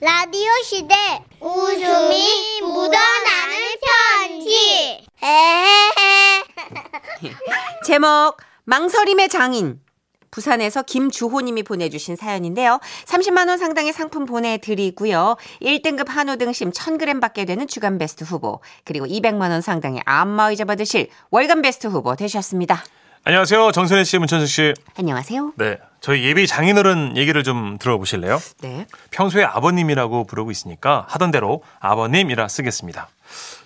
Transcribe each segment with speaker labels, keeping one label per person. Speaker 1: 라디오 시대 웃음이 묻어나는 편지 에헤헤
Speaker 2: 제목 망설임의 장인 부산에서 김주호님이 보내주신 사연인데요. 30만 원 상당의 상품 보내드리고요. 1등급 한우 등심 1,000g 받게 되는 주간 베스트 후보 그리고 200만 원 상당의 안마의자 받으실 월간 베스트 후보 되셨습니다.
Speaker 3: 안녕하세요. 정선혜 씨, 문천식 씨.
Speaker 2: 안녕하세요.
Speaker 3: 네. 저희 예비 장인어른 얘기를 좀 들어보실래요?
Speaker 2: 네.
Speaker 3: 평소에 아버님이라고 부르고 있으니까 하던 대로 아버님이라 쓰겠습니다.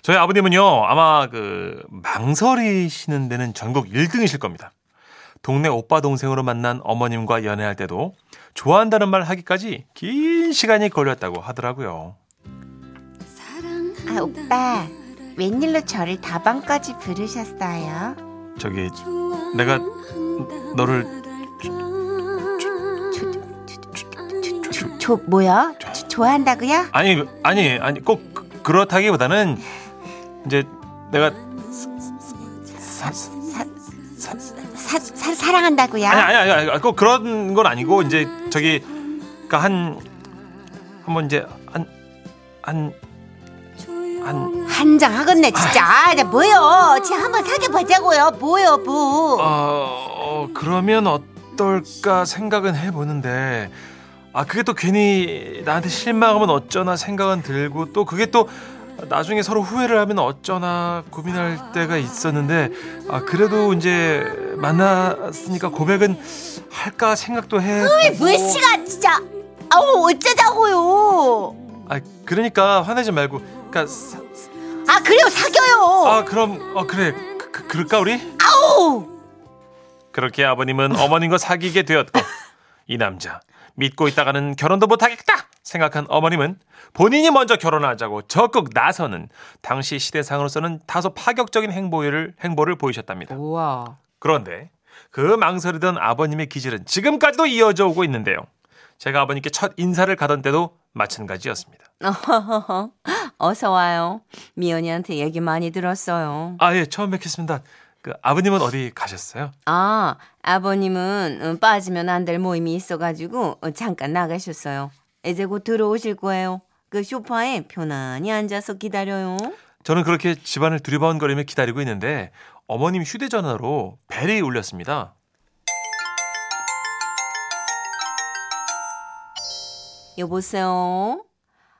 Speaker 3: 저희 아버님은요, 아마 그 망설이시는 데는 전국 1등이실 겁니다. 동네 오빠 동생으로 만난 어머님과 연애할 때도 좋아한다는 말 하기까지 긴 시간이 걸렸다고 하더라고요.
Speaker 2: 아 오빠 웬일로 저를 다방까지 부르셨어요?
Speaker 3: 저기 내가 너를
Speaker 2: 저, 저 뭐야? 저, 좋아한다고요?
Speaker 3: 아니 아니 아니 꼭 그- 그렇다기보다는 이제 내가
Speaker 2: 사, 사, 사랑한다고요?
Speaker 3: 아니 아니 아니, 아니 꼭 그런 건 아니고 이제 저기 그러니까 한 한번 이제 한한 한,
Speaker 2: 한장 하겠네 진짜 아, 나 뭐요 쟤 한번 사귀어보자고요 뭐요 뭐
Speaker 3: 어, 그러면 어떨까 생각은 해보는데 아 그게 또 괜히 나한테 실망하면 어쩌나 생각은 들고 또 그게 또 나중에 서로 후회를 하면 어쩌나 고민할 때가 있었는데 아 그래도 이제 만났으니까 고백은 할까 생각도 해.
Speaker 2: 왜 씨가 진짜 아우 어쩌자고요
Speaker 3: 아 그러니까 화내지 말고 그러니까 사-
Speaker 2: 아 그래요 사겨요
Speaker 3: 아 그럼 어 그래 그, 그, 그럴까 우리?
Speaker 2: 아우
Speaker 3: 그렇게 아버님은 어머님과 사귀게 되었고 이 남자 믿고 있다가는 결혼도 못하겠다 생각한 어머님은 본인이 먼저 결혼하자고 적극 나서는 당시 시대상으로서는 다소 파격적인 행보를 행보를 보이셨답니다.
Speaker 2: 우와
Speaker 3: 그런데 그 망설이던 아버님의 기질은 지금까지도 이어져 오고 있는데요. 제가 아버님께 첫 인사를 가던 때도 마찬가지였습니다.
Speaker 2: 어서 와요 미연이한테 얘기 많이 들었어요
Speaker 3: 아 예 처음 뵙겠습니다. 그 아버님은 어디 가셨어요?
Speaker 2: 아 아버님은 음, 빠지면 안 될 모임이 있어가지고 어, 잠깐 나가셨어요 이제 곧 들어오실 거예요 그 소파에 편안히 앉아서 기다려요
Speaker 3: 저는 그렇게 집안을 두리번거리며 기다리고 있는데 어머님 휴대전화로 벨이 울렸습니다.
Speaker 2: 여보세요?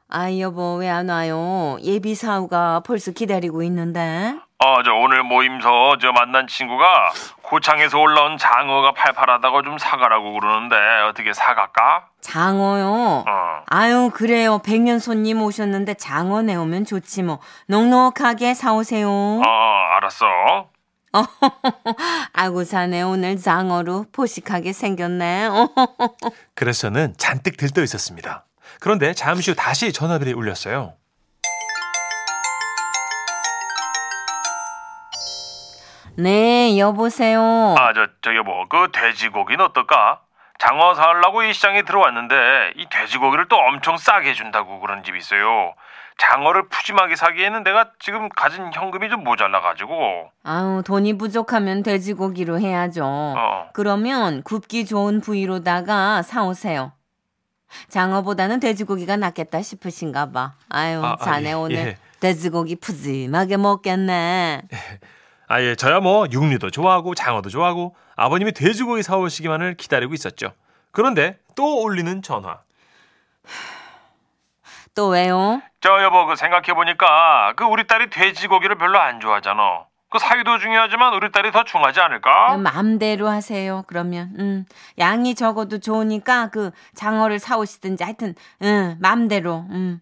Speaker 2: 아이 여보 왜 안 와요? 예비 사우가 벌써 기다리고 있는데.
Speaker 3: 아, 저 오늘 모임서 저 만난 친구가 고창에서 올라온 장어가 팔팔하다고 좀 사가라고 그러는데 어떻게 사갈까?
Speaker 2: 장어요.
Speaker 3: 어.
Speaker 2: 아유 그래요. 백년 손님 오셨는데 장어 내오면 좋지 뭐. 넉넉하게 사오세요.
Speaker 3: 알았어.
Speaker 2: 아구사네 오늘 장어로 포식하게 생겼네.
Speaker 3: 그래서 저는 잔뜩 들떠 있었습니다. 그런데 잠시 후 다시 전화벨이 울렸어요.
Speaker 2: 네 여보세요.
Speaker 4: 아, 저, 저 여보, 그 돼지고기는 어떨까? 장어 사려고 이 시장에 들어왔는데 이 돼지고기를 또 엄청 싸게 준다고 그런 집이 있어요. 장어를 푸짐하게 사기에는 내가 지금 가진 현금이 좀 모자라가지고.
Speaker 2: 아유 돈이 부족하면 돼지고기로 해야죠.
Speaker 4: 어.
Speaker 2: 그러면 굽기 좋은 부위로다가 사오세요. 장어보다는 돼지고기가 낫겠다 싶으신가 봐. 아유,
Speaker 3: 아, 아,
Speaker 2: 자네
Speaker 3: 예,
Speaker 2: 오늘
Speaker 3: 예.
Speaker 2: 돼지고기 푸짐하게 먹겠네.
Speaker 3: 아, 예, 저야 뭐 육류도 좋아하고 장어도 좋아하고 아버님이 돼지고기 사오시기만을 기다리고 있었죠. 그런데 또 울리는 전화.
Speaker 2: 또 왜요?
Speaker 4: 저 여보, 그 생각해보니까 그 우리 딸이 돼지고기를 별로 안 좋아하잖아. 그 사유도 중요하지만 우리 딸이 더 중하지 않을까?
Speaker 2: 그럼 마음대로 하세요. 그러면 음, 양이 적어도 좋으니까 그 장어를 사오시든지 하여튼 음, 마음대로. 음.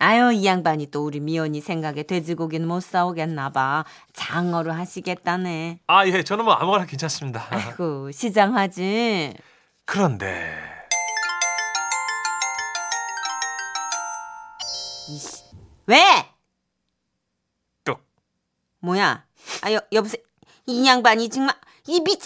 Speaker 2: 아유 이 양반이 또 우리 미연이 생각에 돼지고기는 못 사오겠나 봐. 장어로 하시겠다네.
Speaker 3: 아, 예, 저는 뭐 아무거나 괜찮습니다.
Speaker 2: 아이고 시장하지.
Speaker 3: 그런데
Speaker 2: 왜?
Speaker 3: 뚝.
Speaker 2: 뭐야? 아, 여, 여보세요? 이 양반이 정말, 이 미,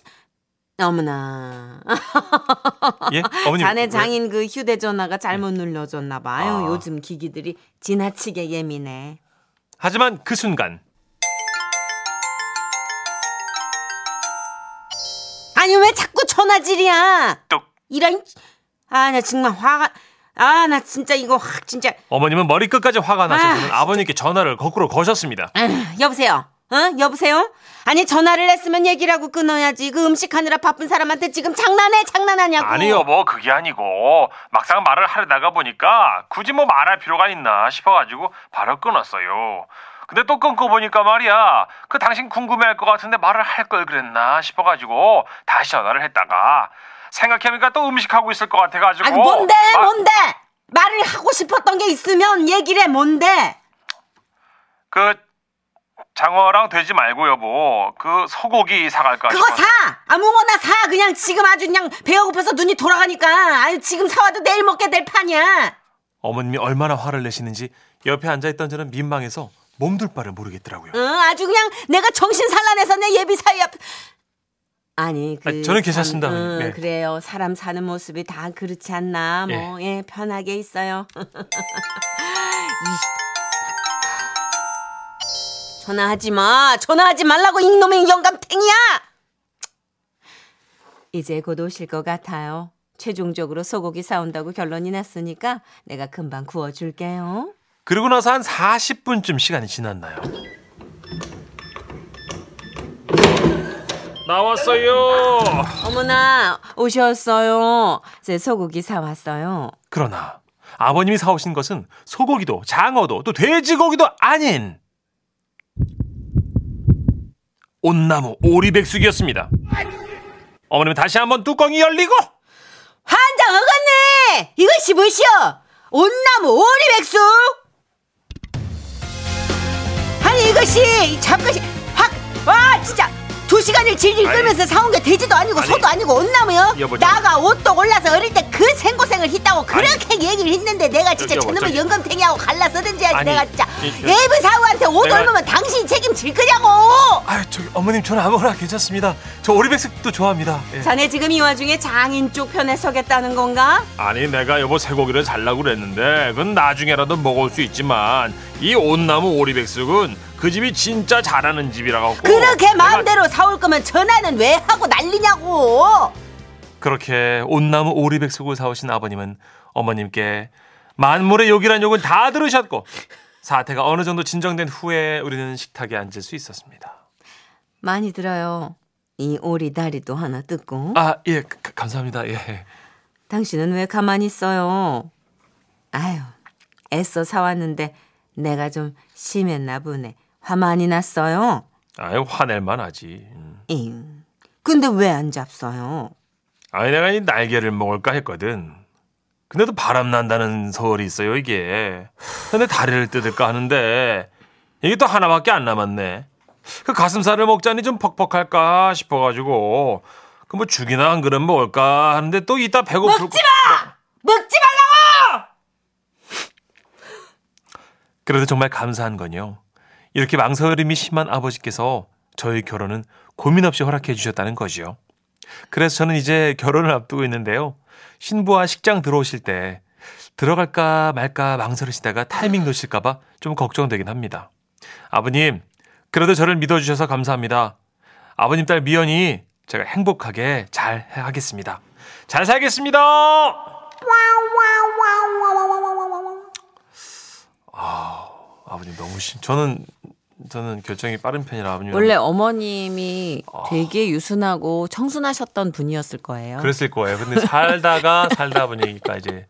Speaker 2: 어머나.
Speaker 3: 예, 어머님.
Speaker 2: 자네
Speaker 3: 왜- 네.
Speaker 2: 장인 그 휴대전화가 잘못 눌러줬나봐. 아유,
Speaker 3: 아.
Speaker 2: 요즘 기기들이 지나치게 예민해.
Speaker 3: 하지만 그 순간
Speaker 2: 아니, 왜 자꾸 전화질이야?
Speaker 4: 뚝.
Speaker 2: 이런, 아, 나 정말 화가, 아, 나 진짜 이거 확 진짜.
Speaker 4: 어머님은 머리끝까지 화가 나셔서는
Speaker 2: 아,
Speaker 4: 아, 버님께 전화를 거꾸로 거셨습니다.
Speaker 2: 아, 여보세요. 어? 여보세요? 아니 전화를 했으면 얘기를 하고 끊어야지. 그 음식 하느라 바쁜 사람한테 지금 장난해 장난하냐고.
Speaker 4: 아니 여보 뭐 그게 아니고 막상 말을 하려다가 보니까 굳이 뭐 말할 필요가 있나 싶어가지고 바로 끊었어요. 근데 또 끊고 보니까 말이야 그 당신 궁금해할 것 같은데 말을 할 걸 그랬나 싶어가지고 다시 전화를 했다가 생각해보니까 또 음식 하고 있을 것 같아가지고
Speaker 2: 아니, 뭔데
Speaker 4: 막-
Speaker 2: 뭔데 말을 하고 싶었던 게 있으면 얘기를 해 뭔데.
Speaker 4: 그 장어랑 돼지 말고 여보 그 소고기 사갈까
Speaker 2: 그거
Speaker 4: 싶어서.
Speaker 2: 사 아무거나 사 그냥 지금 아주 그냥 배가 고파서 눈이 돌아가니까 아니 지금 사와도 내일 먹게 될 판이야.
Speaker 3: 어머님이 얼마나 화를 내시는지 옆에 앉아있던 저는 민망해서 몸둘 바를 모르겠더라고요.
Speaker 2: 응 아주 그냥 내가 정신 산란해서 내 예비 사위 앞. 아니 그
Speaker 3: 아, 저는 괜찮습니다,
Speaker 2: 참, 응,
Speaker 3: 네.
Speaker 2: 그래요 사람 사는 모습이 다 그렇지 않나 뭐 예 편하게 있어요. 이- 전화하지 마 전화하지 말라고 이놈의 영감탱이야. 이제 곧 오실 것 같아요. 최종적으로 소고기 사온다고 결론이 났으니까 내가 금방 구워줄게요.
Speaker 3: 그리고 나서 한 40분쯤 시간이 지났나요?
Speaker 4: 나왔어요.
Speaker 2: 어머나 오셨어요. 제 소고기 사 왔어요.
Speaker 3: 그러나 아버님이 사오신 것은 소고기도 장어도 또 돼지고기도 아닌
Speaker 4: 온나무 오리백숙이었습니다. 어머님 다시 한번 뚜껑이 열리고
Speaker 2: 환장 어갔네. 이것이 무엇이여? 온나무 오리백숙. 아니 이것이 잠깐씩 확와 진짜 두 시간을 질질 끌면서 사온 게 돼지도 아니고 소도 아니고 온나무요.
Speaker 4: 여보, 저-
Speaker 2: 나가 옷도 올라서 어릴 때 그 생고생을 했다고 그렇게 얘기를 했는데 내가 진짜
Speaker 4: 여보,
Speaker 2: 저놈의
Speaker 4: 저기-
Speaker 2: 연금탱이하고 갈라서든지 해야지
Speaker 4: 아니,
Speaker 2: 내가 진짜
Speaker 4: 이- 저-
Speaker 2: 예비 사우한테 옷
Speaker 4: 내가-
Speaker 2: 얼마면 당신이 책임질 거냐고.
Speaker 3: 아유 저기 어머님 저는 아무거나 괜찮습니다 저 오리백숙도 좋아합니다 예.
Speaker 2: 자네 지금 이 와중에 장인 쪽 편에 서겠다는 건가?
Speaker 4: 아니 내가 여보 쇠고기를 잘라고 그랬는데 그건 나중에라도 먹을 수 있지만 이 온나무 오리백숙은 그 집이 진짜 잘하는 집이라고
Speaker 2: 그렇게
Speaker 4: 내가-
Speaker 2: 마음대로 사올 거면 전화는 왜 하고 난리냐고.
Speaker 3: 그렇게 온나무 오리백숙을 사오신 아버님은 어머님께 만물의 욕이란 욕은 다 들으셨고 사태가 어느 정도 진정된 후에 우리는 식탁에 앉을 수 있었습니다
Speaker 2: 많이 들어요. 이 오리 다리도 하나 뜯고.
Speaker 3: 아 예 감사합니다 예
Speaker 2: 당신은 왜 가만히 있어요? 아유, 애써 사왔는데 내가 좀 심했나 보네. 화 많이 났어요.
Speaker 4: 아유 화낼만 하지 음.
Speaker 2: 잉. 근데 왜 안 잡숴요?
Speaker 4: 아니 내가 이 날개를 먹을까 했거든 근데도 바람 난다는 소리 있어요 이게 근데 다리를 뜯을까 하는데 이게 또 하나밖에 안 남았네 그 가슴살을 먹자니 좀 퍽퍽할까 싶어가지고 그 뭐 죽이나 한 그릇 먹을까 하는데 또 이따 배고플 먹지
Speaker 2: 먹지 말라고!
Speaker 3: 그래도 정말 감사한 건요. 이렇게 망설임이 심한 아버지께서 저희 결혼은 고민 없이 허락해 주셨다는 거지요. 그래서 저는 이제 결혼을 앞두고 있는데요. 신부와 식장 들어오실 때 들어갈까 말까 망설이시다가 타이밍 놓칠까봐 좀 걱정되긴 합니다. 아버님, 그래도 저를 믿어주셔서 감사합니다. 아버님 딸 미연이 제가 행복하게 잘 하겠습니다. 잘 살겠습니다! 아버님 너무 신. 저는 저는 결정이 빠른 편이라 아버님
Speaker 5: 원래 어머님이
Speaker 4: 아.
Speaker 5: 되게 유순하고 청순하셨던 분이었을 거예요.
Speaker 3: 그랬을 거예요. 근데 살다가 살다 보니까 이제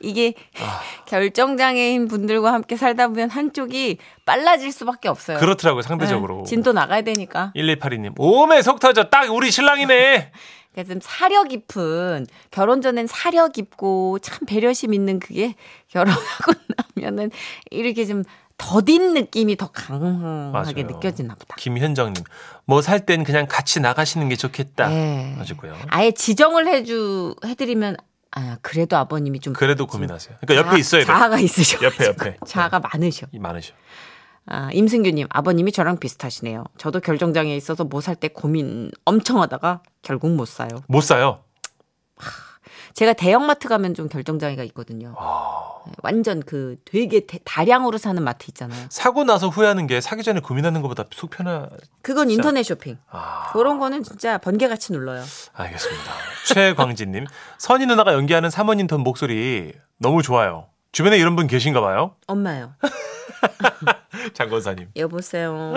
Speaker 5: 이게
Speaker 3: 아.
Speaker 5: 결정장애인 분들과 함께 살다 보면 한쪽이 빨라질 수밖에 없어요.
Speaker 3: 그렇더라고요 그렇죠, 상대적으로.
Speaker 5: 네, 예. 진도 나가야 되니까.
Speaker 3: 1182님 오메 속 터져 딱 우리 신랑이네.
Speaker 5: 그러니까 좀 사려 깊은 결혼 전엔 사려 깊고 참 배려심 있는 그게 결혼하고 나면은 이렇게 좀 더딘 느낌이 더 강하게
Speaker 3: 맞아요.
Speaker 5: 느껴지나 보다.
Speaker 3: 김현정님 뭐 살 땐 그냥 같이 나가시는 게 좋겠다.
Speaker 5: 예.
Speaker 3: 맞고요.
Speaker 5: 아예 지정을 해주 해드리면 아 그래도 아버님이 좀
Speaker 3: 그래도 고민하세요. 그러니까 옆에
Speaker 5: 자아-
Speaker 3: 있어야 돼.
Speaker 5: 자아가 있으셔.
Speaker 3: 옆에, 옆에.
Speaker 5: 자아가 많으셔.
Speaker 3: 이 많으셔.
Speaker 5: 아, 임승규님 아버님이 저랑 비슷하시네요. 저도 결정장애 있어서 뭐 살 때 고민 엄청 하다가 결국 못 사요.
Speaker 3: 못 사요.
Speaker 5: 제가 대형마트 가면 좀 결정장애가 있거든요.
Speaker 3: 아.
Speaker 2: 완전 그 되게 대- 다량으로 사는 마트 있잖아요.
Speaker 3: 사고 나서 후회하는 게 사기 전에 고민하는 것보다 속 편하.
Speaker 2: 그건 인터넷 쇼핑.
Speaker 3: 아,
Speaker 2: 그런 거는 진짜 번개같이 눌러요.
Speaker 3: 알겠습니다. 최광진님, 선희 누나가 연기하는 사모님 톤 목소리 너무 좋아요. 주변에 이런 분 계신가 봐요?
Speaker 2: 엄마요.
Speaker 3: 장건사님.
Speaker 2: 여보세요.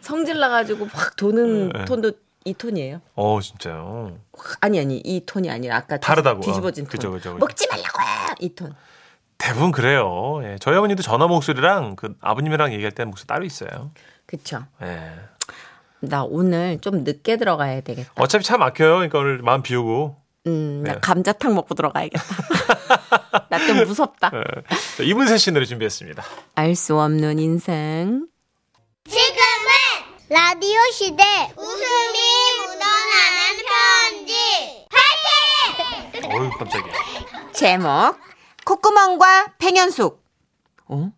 Speaker 2: 성질 나가지고 확
Speaker 3: 네.
Speaker 2: 도는 톤도 이 톤이에요.
Speaker 3: 어, 진짜요.
Speaker 2: 확- 아니 아니 이 톤이 아니라 아까 뒤-
Speaker 3: 다르다고.
Speaker 2: 뒤집어진
Speaker 3: 어,
Speaker 2: 톤.
Speaker 3: 그죠, 그죠, 그죠.
Speaker 2: 먹지 말라고 이 톤.
Speaker 3: 대부분 그래요. 예, 저희 어머니도 전화 목소리랑 그 아버님이랑 얘기할 때는 목소리 따로 있어요.
Speaker 2: 그쵸.
Speaker 3: 예.
Speaker 2: 나 오늘 좀 늦게 들어가야 되겠다.
Speaker 3: 어차피 차 막혀요. 그러니까 오늘 마음 비우고.
Speaker 2: 음, 나
Speaker 3: 네.
Speaker 2: 감자탕 먹고 들어가야겠다. 나 좀 무섭다.
Speaker 3: 예. 자, 이문세 씨 노래 준비했습니다.
Speaker 2: 알 수 없는 인생.
Speaker 1: 지금은 라디오 시대 웃음이 묻어나는 편지
Speaker 3: 어유 깜짝이야.
Speaker 6: 제목 콧구멍과 팽현숙 어?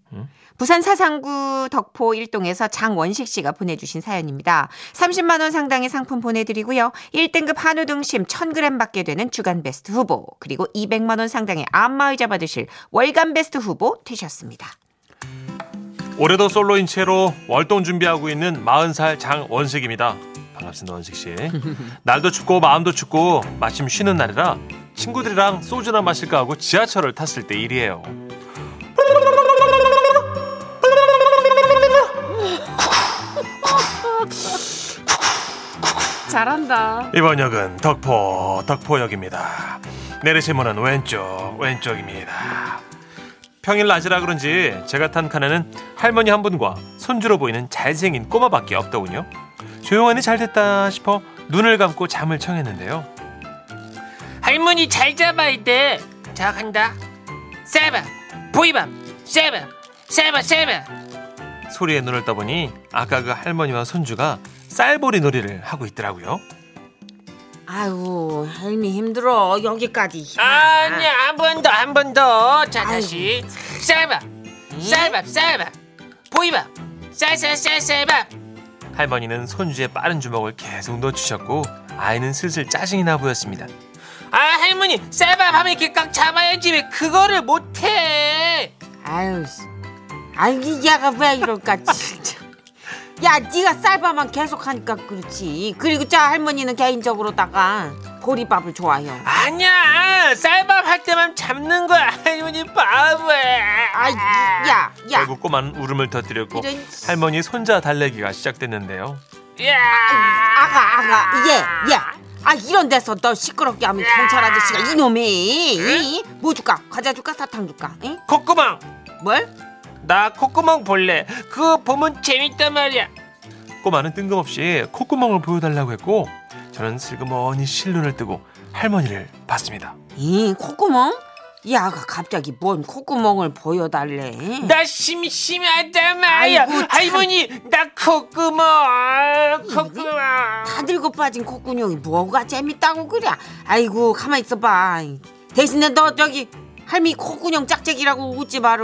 Speaker 6: 부산 사상구 덕포 1동에서 장원식 씨가 보내주신 사연입니다. 30만 원 상당의 상품 보내드리고요. 1등급 한우 등심 1000g 받게 되는 주간베스트 후보 그리고 200만 원 상당의 안마의자 받으실 월간베스트 후보 되셨습니다.
Speaker 3: 올해도 솔로인 채로 월동 준비하고 있는 40살 장원식입니다. 반갑습니다, 원식 씨. 날도 춥고 마음도 춥고 마침 쉬는 날이라 친구들이랑 소주나 마실까 하고 지하철을 탔을 때 일이에요.
Speaker 2: 잘한다.
Speaker 3: 이번 역은 덕포 덕포역입니다. 내리실 문은 왼쪽 왼쪽입니다. 평일 낮이라 그런지 제가 탄 칸에는 할머니 한 분과 손주로 보이는 잘생긴 꼬마밖에 없더군요. 조용하니 잘 됐다 싶어 눈을 감고 잠을 청했는데요.
Speaker 7: 할머니 잘 잡아 이때 자 간다 세바 보이밤 세바 세바 세바
Speaker 3: 소리에 눈을 떠보니 아까 그 할머니와 손주가 쌀보리 놀이를 하고 있더라고요.
Speaker 6: 아유 할미 힘들어 여기까지.
Speaker 7: 아니 한번더한번더자 다시 세바 세바 세바 보이밤 세세세 세바
Speaker 3: 할머니는 손주의 빠른 주먹을 계속 넣어주셨고 아이는 슬슬 짜증이 나 보였습니다.
Speaker 7: 아 할머니 세바 밤에 이렇게 꽉 잡아야지 왜 그거를 못해
Speaker 6: 아유, 씨. 아니 야가 왜 이럴까 진짜. 야, 네가 쌀밥만 계속하니까 그렇지. 그리고 자 할머니는 개인적으로다가 보리밥을 좋아해요.
Speaker 7: 아니야 쌀밥 할 때만 잡는 거야 할머니 바보야
Speaker 6: 아이, 야, 야,
Speaker 3: 결국 꼬마는 울음을 터뜨렸고
Speaker 6: 이런-
Speaker 3: 할머니 손자 달래기가 시작됐는데요.
Speaker 7: 야
Speaker 6: 아가, 아가, 예, 예. 아 이런 데서 너 시끄럽게 하면 경찰 아저씨가 이놈이 이? 뭐 줄까? 과자 줄까? 사탕 줄까? 응?
Speaker 7: 콧구멍
Speaker 6: 뭘?
Speaker 7: 나 콧구멍 볼래. 그거 보면 재밌단 말이야.
Speaker 3: 꼬마는 뜬금없이 콧구멍을 보여달라고 했고 저는 슬그머니 실눈을 뜨고 할머니를 봤습니다.
Speaker 6: 이 콧구멍? 이 아가 갑자기 뭔 콧구멍을 보여달래?
Speaker 7: 나 심심하단 말이야.
Speaker 6: 아이고, 참. 음.
Speaker 7: 할머니, 나 콧구멍, 콧구멍.
Speaker 6: 다 늙어 빠진 콧구멍이 뭐가 재밌다고 그래? 아이고 가만 있어봐. 대신에 너 저기 할미 콧구멍 짝짝이라고 웃지 어? 마라.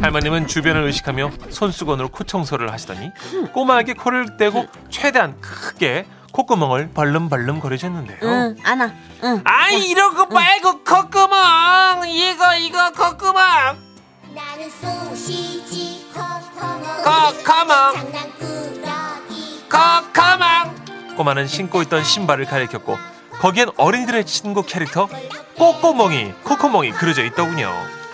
Speaker 3: 할머님은 주변을 의식하며 손수건으로 코 청소를 하시더니 꼬마에게 코를 떼고 최대한 크게 콧구멍을 벌름벌름 거리셨는데요.
Speaker 6: 응, 안아. 응.
Speaker 7: 아, 이런
Speaker 6: 음.
Speaker 7: 거 말고 콧구멍. 이거, 이거 콧구멍.
Speaker 1: 나는 소시지 컵커멍 뭐.
Speaker 7: 콧구멍,
Speaker 1: 장난꾸러기
Speaker 7: 콧구멍.
Speaker 3: 꼬마는 신고 있던 신발을 가리켰고 거기엔 어린이들의 친구 캐릭터 꼬꼬멍이 코코멍이 그려져 있더군요.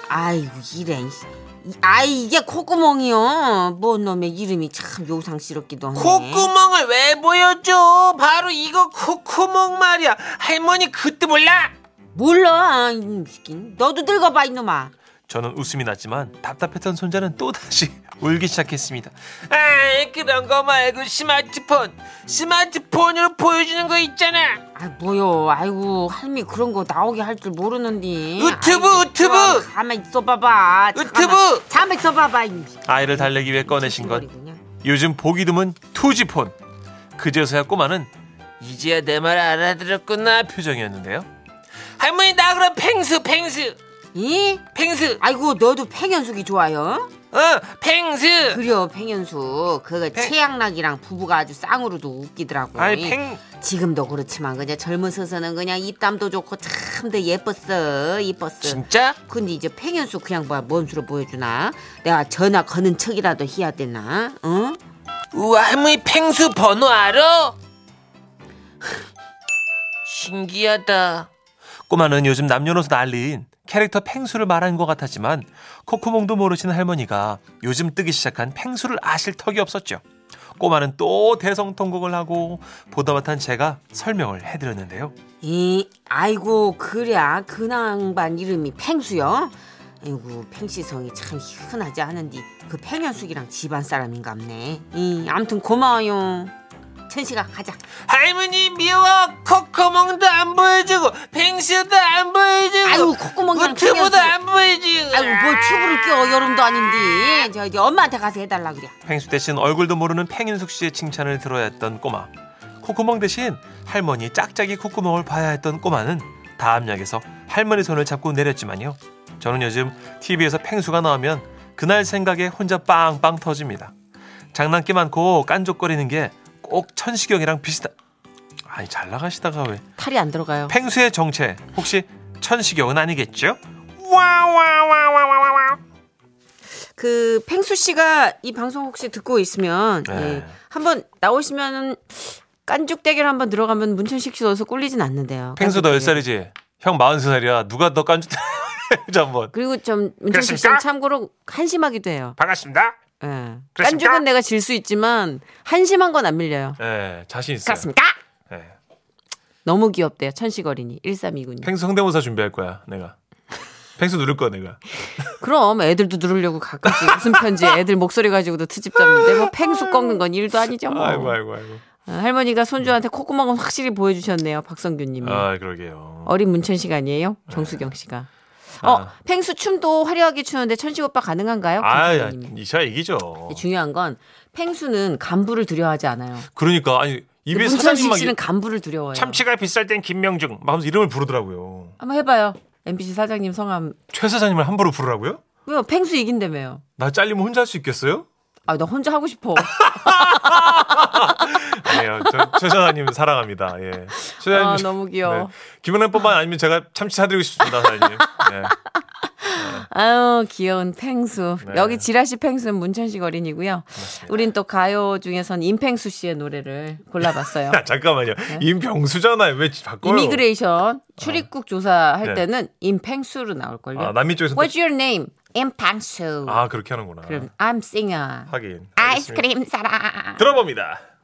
Speaker 6: 아이고 이래. 이- 아이 이게 콧구멍이요. 뭔 놈의 이름이 참 요상스럽기도 하네.
Speaker 7: 콧구멍을 왜 보여줘? 바로 이거 콧구멍 말이야. 할머니, 그때 몰라?
Speaker 6: 몰라. 이놈 새끼. 너도 늙어봐 이놈아.
Speaker 3: 저는 웃음이 났지만 답답했던 손자는 또다시 울기 시작했습니다.
Speaker 7: 아, 그런 거 말고 스마트폰. 스마트폰으로 보여주는 거 있잖아.
Speaker 6: 아 뭐요. 아이고 할미 그런 거 나오게 할 줄 모르는데.
Speaker 7: 유튜브,
Speaker 6: 아이고,
Speaker 7: 유튜브!
Speaker 6: 아, 가만 있어봐봐.
Speaker 7: 유튜브!
Speaker 6: 잠만 있어봐봐. 이
Speaker 3: 아이를 달래기 위해 꺼내신 건
Speaker 6: 머리군요.
Speaker 3: 요즘 보기 드문 투지폰. 그제서야 꼬마는
Speaker 7: 이제야 내 말 알아들었구나.
Speaker 3: 표정이었는데요.
Speaker 7: 할머니 나 그럼 팽수 팽수
Speaker 6: 이?
Speaker 7: 팽수.
Speaker 6: 아이고 너도 팽현숙이 좋아요?
Speaker 7: 어, 펭수.
Speaker 6: 그려 팽현수 그거 최양락이랑 부부가 아주 쌍으로도 웃기더라고.
Speaker 3: 아니 팽
Speaker 6: 지금도 그렇지만 그냥 젊은 서서는 그냥 입담도 좋고 참 더 예뻤어 이뻤어.
Speaker 7: 진짜?
Speaker 6: 근데 이제 팽현수 그냥 뭐야 뭔 수로 보여주나? 내가 전화 거는 척이라도 해야 되나? 응?
Speaker 7: 우와, 할머니 펭수 번호 알아? 신기하다.
Speaker 3: 꼬마는 요즘 남녀노소 난리인 캐릭터 팽수를 말하는 것 같았지만 코코몽도 모르시는 할머니가 요즘 뜨기 시작한 팽수를 아실 턱이 없었죠. 꼬마는 또 대성통곡을 하고 보다 못한 제가 설명을 해드렸는데요.
Speaker 6: 이 아이고 그래 그 낭반 이름이 팽수요? 아이고 팽씨성이 참 희한하지 않은데 그 팽현숙이랑 집안 사람인가 보네. 이 아무튼 고마워요. 천식아 가자.
Speaker 7: 할머니 미워. 코코몽도 안 보여주고 펭수도 안 보여주고
Speaker 6: 아유, 콧구멍이랑
Speaker 7: 우트보도
Speaker 6: 팽수.
Speaker 7: 안 보여주고.
Speaker 6: 아이고 뭘 튜브를 끼워 여름도 아닌데 저 이제 엄마한테 가서 해달라 그래.
Speaker 3: 팽수 대신 얼굴도 모르는 팽윤숙 씨의 칭찬을 들어야 했던 꼬마. 콧구멍 대신 할머니 짝짝이 콧구멍을 봐야 했던 꼬마는 다음 약에서 할머니 손을 잡고 내렸지만요. 저는 요즘 TV에서 팽수가 나오면 그날 생각에 혼자 빵빵 터집니다. 장난기 많고 깐족거리는 게 꼭 천식형이랑 비슷한. 아니 잘 나가시다가 왜?
Speaker 2: 탈이 안 들어가요.
Speaker 3: 팽수의 정체 혹시 천식형은 아니겠죠?
Speaker 6: 그 팽수 씨가 이 방송 혹시 듣고 있으면
Speaker 3: 네.
Speaker 6: 예, 한번 나오시면은 깐죽 대결 한번 들어가면 문천식 씨 넣어서 꿀리진 않는데요.
Speaker 3: 팽수 너
Speaker 6: 깐죽
Speaker 3: 열
Speaker 6: 대결.
Speaker 3: 살이지? 형 마흔 살이야. 누가 더 깐족? 한번.
Speaker 2: 그리고 좀 문천식 씨는
Speaker 4: 그렇습니까?
Speaker 2: 참고로 한심하기도 해요.
Speaker 4: 반갑습니다.
Speaker 2: 예.
Speaker 4: 그렇습니까?
Speaker 2: 깐죽은 내가 질 수 있지만 한심한 건 안 밀려요.
Speaker 3: 예, 자신 있어요.
Speaker 2: 그렇습니까?
Speaker 3: 예.
Speaker 2: 너무 귀엽대요. 천식 어린이 1329님.
Speaker 3: 펭수 성대모사 준비할 거야 내가 펭수 누를 거야 내가
Speaker 2: 그럼 애들도 누르려고 가끔씩 무슨 편지 애들 목소리 가지고도 트집 잡는데 뭐 팽수 꺾는 건 일도 아니죠 뭐.
Speaker 3: 아이고 아이고 아이고
Speaker 2: 아, 할머니가 손주한테 콧구멍은 확실히 보여주셨네요. 박성규님이.
Speaker 3: 아 그러게요
Speaker 2: 음. 어린 문천식 아니에요? 정수경 씨가. 어, 팽수 춤도 화려하게 추는데 천식 오빠 가능한가요? 김수경님이.
Speaker 3: 아이차 이기죠
Speaker 2: 중요한 건 팽수는 간부를 두려워하지 않아요.
Speaker 3: 그러니까 아니 입에 사장님
Speaker 2: 문천식
Speaker 3: 막
Speaker 2: 씨는 간부를 두려워해요.
Speaker 3: 참치가 비쌀 땐 김명중 막 하면서 이름을 부르더라고요
Speaker 2: 한번 해봐요. MBC 사장님 성함.
Speaker 3: 최 사장님을 함부로 부르라고요?
Speaker 2: 왜요? 팽수 이긴다며요.
Speaker 3: 나 잘리면 혼자 할 수 있겠어요?
Speaker 2: 아, 나 혼자 하고 싶어.
Speaker 3: 아니요 예, 어, 저, 최 사장님 사랑합니다 예. 최 사장님
Speaker 2: 아,
Speaker 3: 네.
Speaker 2: 너무 귀여워.
Speaker 3: 김은혜뿐만 아니면 제가 참치 사드리고 싶습니다 사장님 예.
Speaker 2: 아유, 귀여운 팽수.
Speaker 3: 네.
Speaker 2: 여기 지라시 팽수는 문천식 어린이고요. 우린 또 가요 중에선 임팽수 씨의 노래를 골라봤어요.
Speaker 3: 아, 잠깐만요 임병수잖아요 왜 바꿔요
Speaker 2: 네. 이미그레이션 출입국 조사할
Speaker 3: 어. 네.
Speaker 2: 때는 임팽수로 나올걸요.
Speaker 3: 아, 남미 쪽에서
Speaker 2: What's your name? 임팽수.
Speaker 3: 아 그렇게 하는구나
Speaker 2: 그럼 I'm singer.
Speaker 3: 하긴 알겠습니다.
Speaker 1: 아이스크림 사랑.
Speaker 3: 들어봅니다